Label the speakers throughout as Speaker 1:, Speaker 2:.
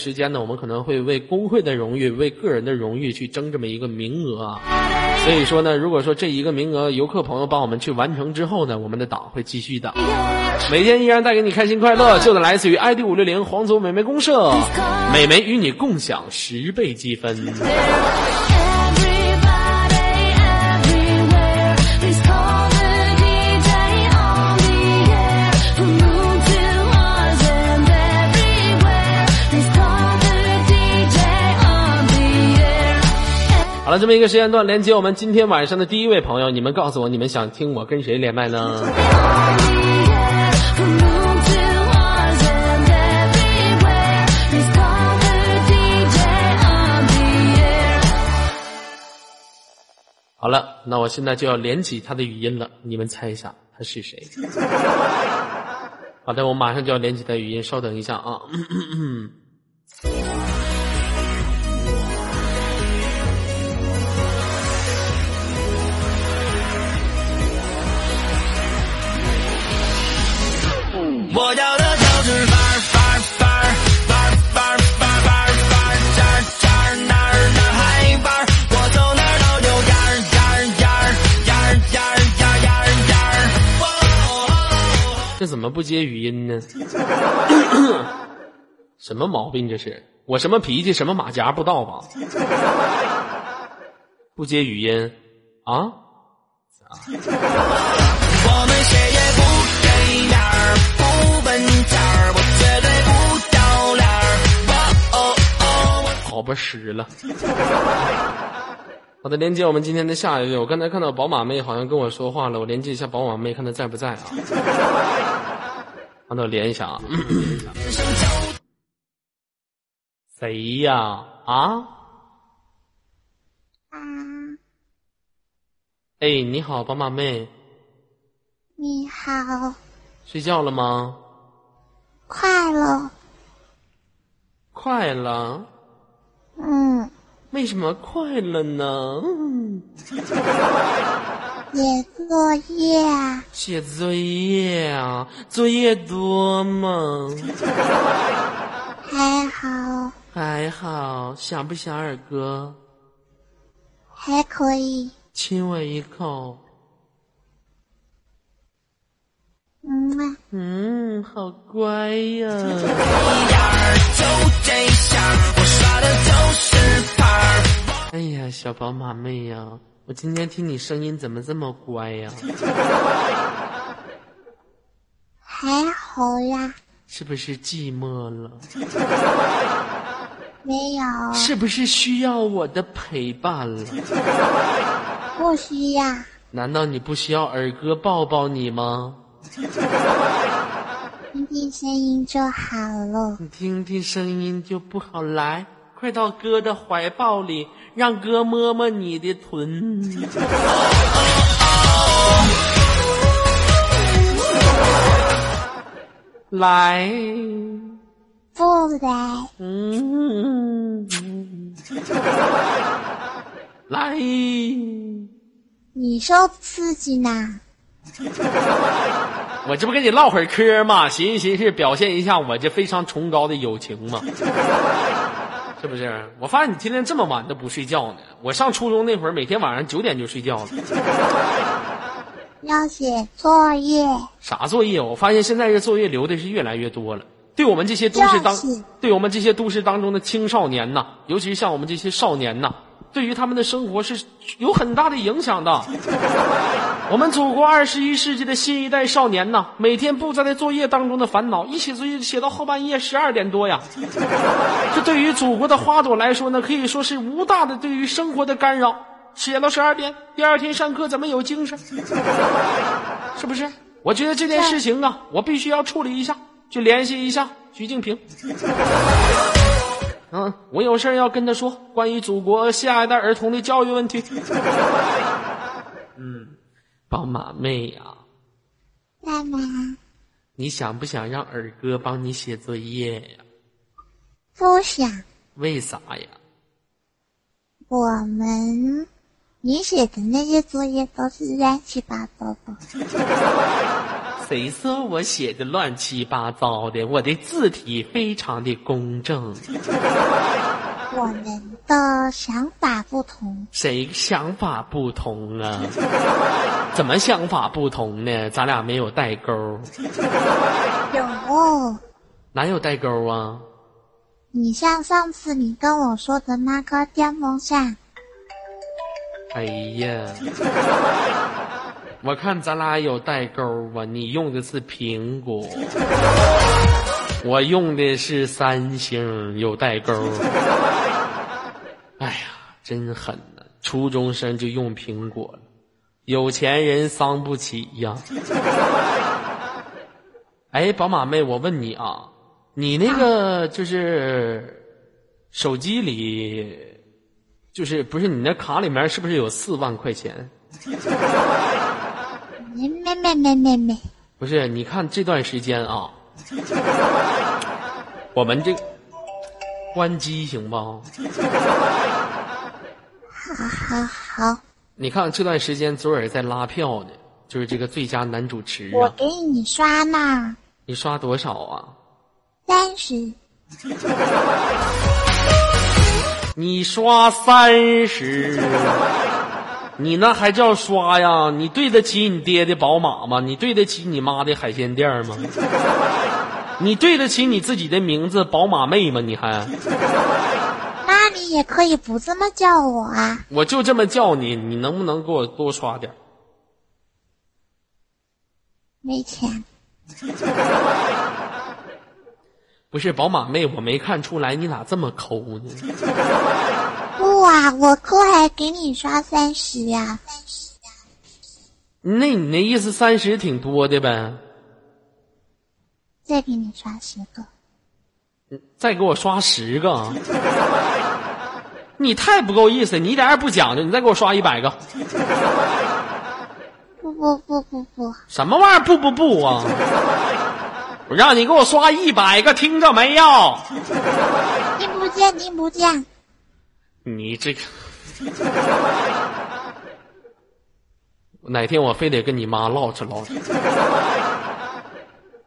Speaker 1: 时间呢，我们可能会为工会的荣誉、为个人的荣誉去争这么一个名额啊。所以说呢，如果说这一个名额游客朋友帮我们去完成之后呢，我们的党会继续的，每天依然带给你开心快乐，就得来自于 ID 五六零皇族美眉公社，美眉与你共享十倍积分。
Speaker 2: Everybody, everywhere, please call the DJ on the air. From room to ours and everywhere, please call the DJ on the air.
Speaker 1: 好了，这么一个时间段，连接我们今天晚上的第一位朋友，你们告诉我，你们想听我跟谁连麦呢？
Speaker 2: From room to ours and everywhere, please call the DJ on the air.
Speaker 1: 好了，那我现在就要连起他的语音了，你们猜一下他是谁？好的，我马上就要连起他语音，稍等一下啊。
Speaker 3: 我要的就是范儿范儿范儿范儿范儿范儿范儿范儿这儿这儿那儿那儿嗨范儿，我走哪儿都有样儿样儿样儿样儿样儿样儿样儿样儿。
Speaker 1: 这怎么不接语音呢？什么毛病这是？我什么脾气，什么马甲不到吧？不接语音啊？
Speaker 3: 我们谁也不给面儿，不问价儿，我绝对不掉脸儿。哇哦哦，我
Speaker 1: 好吧，湿了。 好的，连接我们今天的下一位。我刚才看到宝马妹好像跟我说话了，我连接一下宝马妹，看她在不在啊？让她连一下啊。 谁呀？啊？
Speaker 4: 啊，
Speaker 1: 哎，你好，宝马妹，
Speaker 4: 你好，
Speaker 1: 睡觉了吗？
Speaker 4: 快乐，
Speaker 1: 快了？
Speaker 4: 嗯，
Speaker 1: 为什么快了呢？嗯
Speaker 4: 写作业啊，
Speaker 1: 写作业啊，作业多吗？
Speaker 4: 还好，
Speaker 1: 还好，想不想二哥？
Speaker 4: 还可以，
Speaker 1: 亲我一口。
Speaker 4: 嗯啊，
Speaker 1: 嗯，好乖呀！
Speaker 3: 就这下儿，我耍的就是牌儿。
Speaker 1: 哎呀，小宝马妹呀，我今天听你声音怎么这么乖呀？
Speaker 4: 还好呀，
Speaker 1: 是不是寂寞了？
Speaker 4: 没有，
Speaker 1: 是不是需要我的陪伴了？
Speaker 4: 不需要，
Speaker 1: 难道你不需要二哥抱抱你吗？
Speaker 4: 听听声音就好了。
Speaker 1: 你听听声音就不好来，快到哥的怀抱里，让哥摸摸你的臀。 来。
Speaker 4: 不来，
Speaker 1: 嗯， 来，
Speaker 4: 你说自己呢？
Speaker 1: 我这不跟你唠会儿嗑吗？寻思寻思，表现一下我这非常崇高的友情嘛，是不是？我发现你今天这么晚都不睡觉呢。我上初中那会儿，每天晚上九点就睡觉了。
Speaker 4: 要写作业，
Speaker 1: 啥作业？我发现现在这作业留的是越来越多了。对我们这些都市当
Speaker 4: 就是，
Speaker 1: 对我们这些都市当中的青少年呐，尤其是像我们这些少年呐，对于他们的生活是有很大的影响的。我们祖国二十一世纪的新一代少年呐，每天不在在作业当中的烦恼，一写作业写到后半夜十二点多呀。这对于祖国的花朵来说呢，可以说是无大的对于生活的干扰。写到十二点，第二天上课怎么有精神？是不是？啊我觉得这件事情啊，我必须要处理一下，去联系一下徐静 平。嗯，我有事儿要跟他说，关于祖国下一代儿童的教育问 题。嗯，宝马妹呀、
Speaker 4: 干嘛？
Speaker 1: 你想不想让尔哥帮你写作业呀、
Speaker 4: 不想
Speaker 1: 为啥呀？
Speaker 4: 我们，你写的那些作业都是乱七八糟的，
Speaker 1: 谁说我写的乱七八糟的？我的字体非常的公正。
Speaker 4: 我们的想法不同，
Speaker 1: 谁想法不同啊？怎么想法不同呢？咱俩没有代沟，
Speaker 4: 有哦。
Speaker 1: 哪有代沟啊？
Speaker 4: 你像上次你跟我说的那个电风扇，
Speaker 1: 哎呀，我看咱俩有代沟吧？你用的是苹果，我用的是三星，有代沟。哎呀，真狠呐、初中生就用苹果了，有钱人伤不起呀。哎，宝马妹，我问你啊，你那个就是手机里就是不是你那卡里面是不是有四万块钱？
Speaker 4: 没没没没没没，
Speaker 1: 不是，你看这段时间啊，我们这关机行不？
Speaker 4: 好好，
Speaker 1: 你看这段时间左耳在拉票呢，就是这个最佳男主持
Speaker 4: 我
Speaker 1: 啊，
Speaker 4: 给你刷呢，
Speaker 1: 你刷多少啊？
Speaker 4: 三十，
Speaker 1: 你刷三十，你那还叫刷呀？你对得起你爹的宝马吗？你对得起你妈的海鲜店吗？你对得起你自己的名字宝马妹吗？你还？
Speaker 4: 那你也可以不这么叫我啊，
Speaker 1: 我就这么叫你，你能不能给我多刷点儿？
Speaker 4: 没钱，
Speaker 1: 不是宝马妹，我没看出来你咋这么抠呢？
Speaker 4: 不啊，我过来给你刷三十呀，三十呀，
Speaker 1: 那你那意思三十挺多的呗？
Speaker 4: 再给你刷十个，
Speaker 1: 再给我刷十个啊，你太不够意思，你一点也不讲究，你再给我刷一百个，
Speaker 4: 不不不不不，
Speaker 1: 什么玩意儿？不不不啊！我让你给我刷一百个，听着没有？
Speaker 4: 听不见听不见，
Speaker 1: 你这个， 哪天我非得跟你妈唠扯唠扯。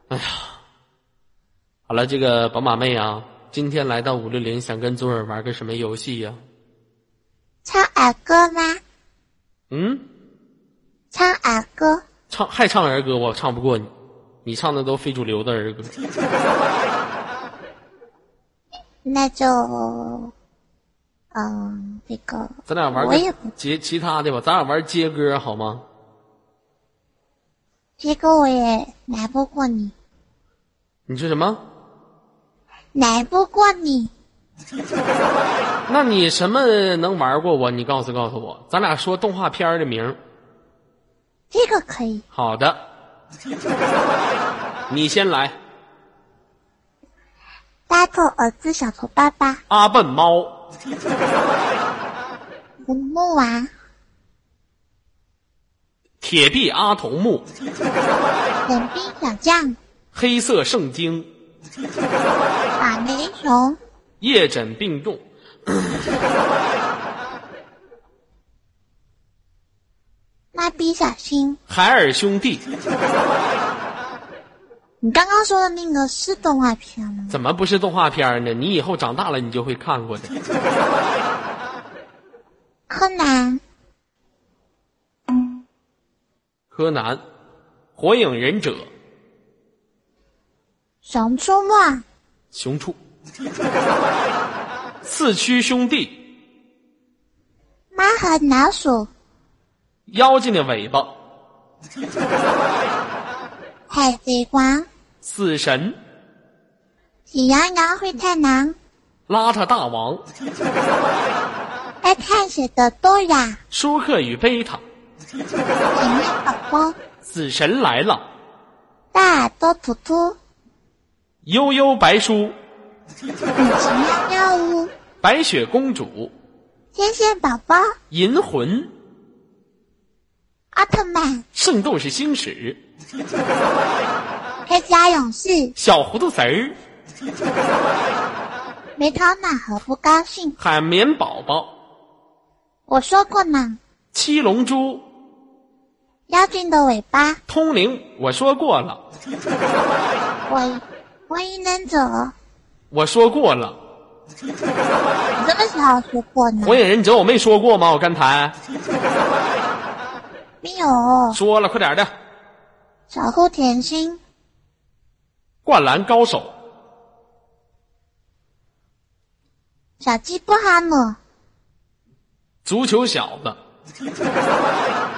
Speaker 1: 哎呀，好了，这个宝马妹啊，今天来到五六零，想跟左耳玩个什么游戏呀、
Speaker 4: 唱儿歌吗？
Speaker 1: 嗯，
Speaker 4: 唱儿歌，
Speaker 1: 唱还唱儿歌，我唱不过你，你唱的都非主流的儿歌。
Speaker 4: 那就，嗯，这个
Speaker 1: 咱俩玩
Speaker 4: 我也
Speaker 1: 个
Speaker 4: 不
Speaker 1: 其其他的吧，咱俩玩接歌好吗？
Speaker 4: 这个我也难不过你，
Speaker 1: 你说什么？
Speaker 4: 难不过你，
Speaker 1: 那你什么能玩过我？你告诉告诉我，咱俩说动画片儿的名儿。
Speaker 4: 这个可以。
Speaker 1: 好的， 你先来。
Speaker 4: 大头儿子小头爸爸，
Speaker 1: 阿笨猫，
Speaker 4: 胡木娃，
Speaker 1: 铁臂阿童木，
Speaker 4: 冷兵小将，
Speaker 1: 黑色圣经，
Speaker 4: 法梅熊，
Speaker 1: 夜诊病重，
Speaker 4: 蜡笔小新。
Speaker 1: 海尔兄弟，
Speaker 4: 你刚刚说的那个是动画片吗？
Speaker 1: 怎么不是动画片儿呢？你以后长大了你就会看过的。
Speaker 4: 柯南，
Speaker 1: 柯南，火影忍者，
Speaker 4: 熊出没，
Speaker 1: 熊出， 四驱兄弟，
Speaker 4: 猫和老鼠，
Speaker 1: 妖精的尾巴，
Speaker 4: 海贼王，
Speaker 1: 死神，
Speaker 4: 喜羊羊灰太狼，
Speaker 1: 邋遢大王，
Speaker 4: 爱探险的多雅，
Speaker 1: 舒克与贝塔，
Speaker 4: 甜面宝宝，
Speaker 1: 死神来了，
Speaker 4: 大耳朵图图，
Speaker 1: 悠悠白书，
Speaker 4: 米奇妙妙屋，
Speaker 1: 白雪公主，
Speaker 4: 天线宝宝，
Speaker 1: 银魂，
Speaker 4: 奥特曼，
Speaker 1: 圣斗士星矢。
Speaker 4: 铠甲勇士，
Speaker 1: 小糊涂词儿、
Speaker 4: 没头脑和不高兴。
Speaker 1: 海绵宝宝、
Speaker 4: 我说过呢，
Speaker 1: 七龙珠、
Speaker 4: 妖精的尾巴，
Speaker 1: 通灵我说过了，
Speaker 4: 我我一能走。
Speaker 1: 我说过了。
Speaker 4: 你什么时候说过呢？
Speaker 1: 火影忍者我没说过吗？我刚才
Speaker 4: 没有。
Speaker 1: 说了，快点的。
Speaker 4: 守护甜心，
Speaker 1: 灌篮高手，
Speaker 4: 小鸡不哈姆，
Speaker 1: 足球小子，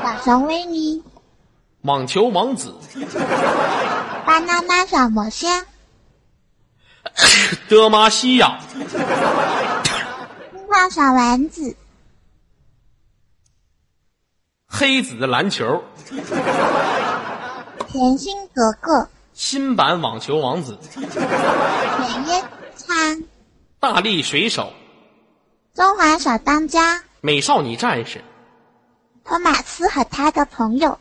Speaker 4: 小熊维尼，
Speaker 1: 网球王子，
Speaker 4: 巴娜娜小魔仙，
Speaker 1: 德玛西亚，
Speaker 4: 樱桃小丸子，
Speaker 1: 黑子篮球，
Speaker 4: 甜心格格，
Speaker 1: 新版网球王子，
Speaker 4: 美耶餐，
Speaker 1: 大力水手，
Speaker 4: 中华小当家，
Speaker 1: 美少女战士，
Speaker 4: 托马斯和他的朋友，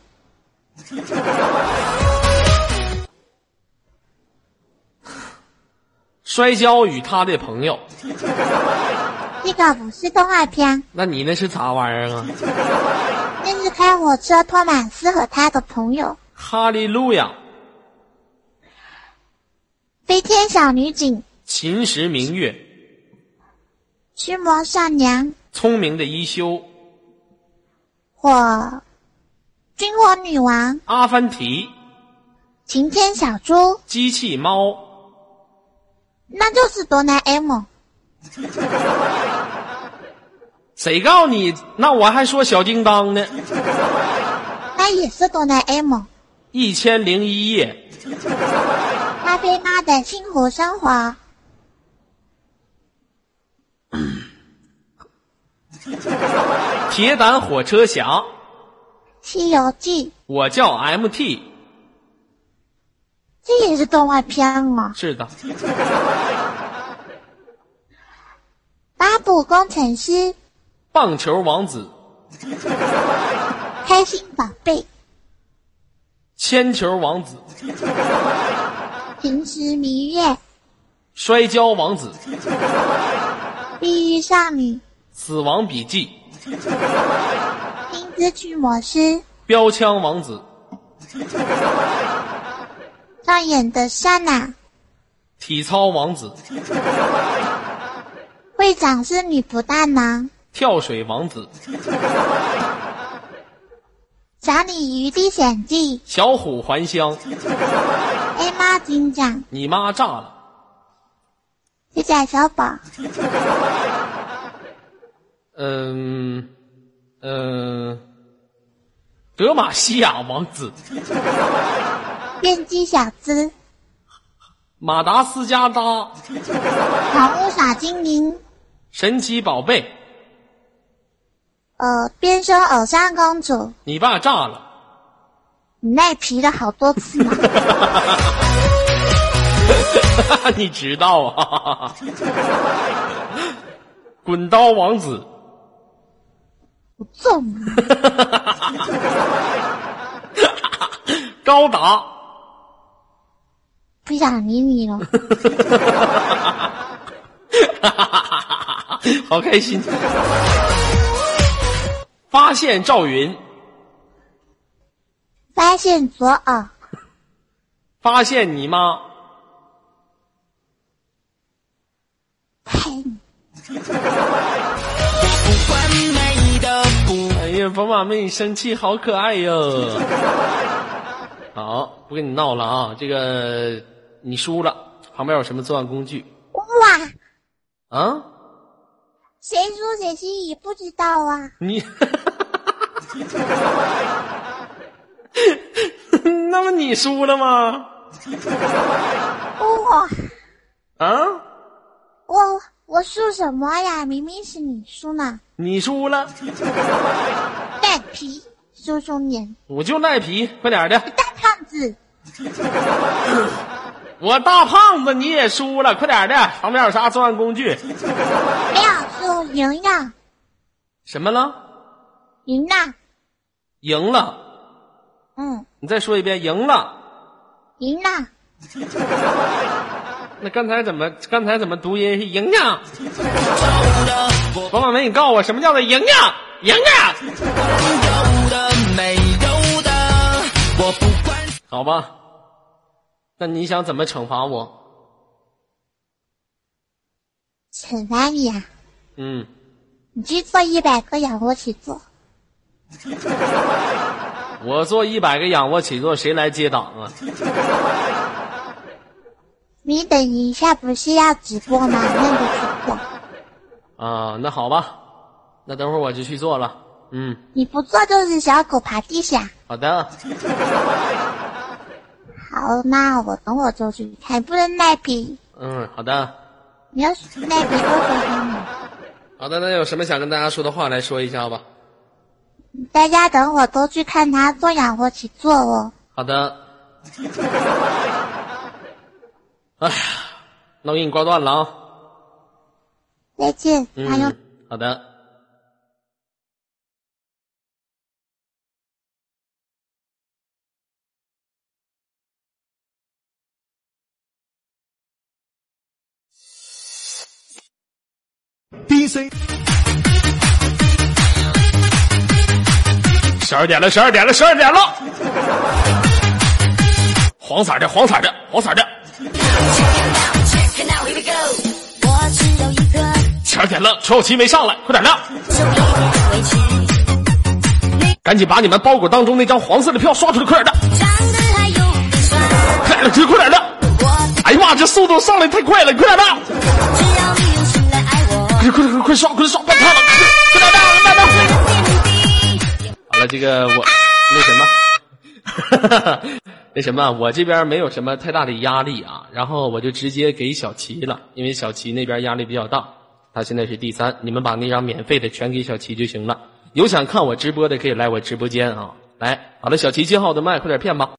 Speaker 1: 摔跤与他的朋友。
Speaker 4: 这个不是动画片，
Speaker 1: 那你那是啥玩意儿啊？
Speaker 4: 那是开火车托马斯和他的朋友，
Speaker 1: 哈利路亚，
Speaker 4: 飞天小女警，
Speaker 1: 秦时明月，
Speaker 4: 驱魔少娘，
Speaker 1: 聪明的一休，
Speaker 4: 火，军火女王，
Speaker 1: 阿凡提，
Speaker 4: 晴天小猪，
Speaker 1: 机器猫，
Speaker 4: 那就是哆啦 A 梦。
Speaker 1: 谁告诉你？那我还说小叮当呢。
Speaker 4: 它也是哆啦 A 梦。
Speaker 1: 一千零一夜，
Speaker 4: 咖啡妈的幸福生活，
Speaker 1: 铁胆火车侠，
Speaker 4: 《西游记》
Speaker 1: 我叫 MT。
Speaker 4: 这也是动画片哦，《
Speaker 1: 是的，
Speaker 4: 巴布工程师》《
Speaker 1: 棒球王子，
Speaker 4: 开心宝贝》
Speaker 1: 铅球王子，
Speaker 4: 《平时明月》《
Speaker 1: 摔跤王子，
Speaker 4: 碧玉少女》
Speaker 1: 死亡笔记，
Speaker 4: 《金之驱魔师》
Speaker 1: 标枪王子，
Speaker 4: 上演的莎娜，
Speaker 1: 体操王子，
Speaker 4: 会长是女仆大郎，
Speaker 1: 跳水王子，
Speaker 4: 《小鲤鱼历险记》
Speaker 1: 小虎还乡，
Speaker 4: A 妈警长，
Speaker 1: 你妈炸了，
Speaker 4: 铁甲小宝，
Speaker 1: 嗯，嗯，德玛西亚王子，
Speaker 4: 变鸡小子，
Speaker 1: 马达斯加达，
Speaker 4: 宠物小精灵，
Speaker 1: 神奇宝贝，
Speaker 4: 呃，变身偶像公主，
Speaker 1: 你爸炸了。
Speaker 4: 你赖皮了好多次呢。
Speaker 1: 你知道啊？ 滚刀王子，
Speaker 4: 不中啊！
Speaker 1: 高达，
Speaker 4: 不想理你了。
Speaker 1: 好开心！发现赵云，
Speaker 4: 发现左耳，
Speaker 1: 发现你妈，
Speaker 4: 呸！
Speaker 3: 不完美的不
Speaker 1: 哎呀，宝马妹你生气，好可爱哟！好，不跟你闹了啊！这个你输了，旁边有什么作案工具
Speaker 4: 哇，
Speaker 1: 啊？
Speaker 4: 谁输谁赢也不知道啊！
Speaker 1: 你， 那么你输了吗？
Speaker 4: 哇，
Speaker 1: 啊？
Speaker 4: 哦我我输什么呀？明明是你输呢！
Speaker 1: 你输了，
Speaker 4: 赖皮，输输脸，
Speaker 1: 我就赖皮，快点的！
Speaker 4: 大胖子，
Speaker 1: 我大胖子，你也输了，快点的！旁边有啥作案工具？
Speaker 4: 没有输，赢了，
Speaker 1: 什么了？
Speaker 4: 赢了，
Speaker 1: 赢了！
Speaker 4: 嗯，
Speaker 1: 你再说一遍，赢了！
Speaker 4: 赢了，
Speaker 1: 那刚才怎么？刚才怎么读音是赢呀？
Speaker 3: 够的，我
Speaker 1: 王宝啊梅，你告诉我什么叫做赢呀？赢呀！
Speaker 3: 够的，没够的。我不管。
Speaker 1: 好吧？那你想怎么惩罚我？
Speaker 4: 惩罚你啊！
Speaker 1: 嗯，
Speaker 4: 你去做一百个仰卧起坐，
Speaker 1: 我做一百个仰卧起坐，谁来接档啊？
Speaker 4: 你等一下不是要直播吗？那个直播，
Speaker 1: 啊，那好吧，那等会儿我就去做了。嗯，
Speaker 4: 你不做就是小狗爬地下。
Speaker 1: 好的，
Speaker 4: 好，那我等会就去，还不能赖皮。
Speaker 1: 嗯，好的，
Speaker 4: 你要是赖皮就回
Speaker 1: 好的。那有什么想跟大家说的话来说一下吧？
Speaker 4: 你。大家等会都去看他做仰卧起坐哦。
Speaker 1: 好的。 哎呀，那我给你挂断了啊。
Speaker 4: 再见，还有
Speaker 1: 嗯，好的。
Speaker 5: DC
Speaker 1: 十二点了，十二点了，十二点了。黄色的，黄色的，黄色的，
Speaker 2: 我只有一个
Speaker 1: 十二点了，陈小奇没上来，快点的，
Speaker 2: 委屈，
Speaker 1: 赶紧把你们包裹当中那张黄色的票刷出来，快点的，
Speaker 2: 长得还有点帅，
Speaker 1: 快点的，快点的。
Speaker 2: 我
Speaker 1: 哎呀妈，这速度上来太快了，快点的，
Speaker 2: 只要你用心来爱我。
Speaker 1: 快快快快刷，快刷，别看了，快点的，快点的。好了，这个我那什么， 那什么，我这边没有什么太大的压力啊，然后我就直接给小齐了，因为小齐那边压力比较大，他现在是第三，你们把那张免费的全给小齐就行了。有想看我直播的可以来我直播间啊，来，好了，小齐接好我的麦，快点骗吧。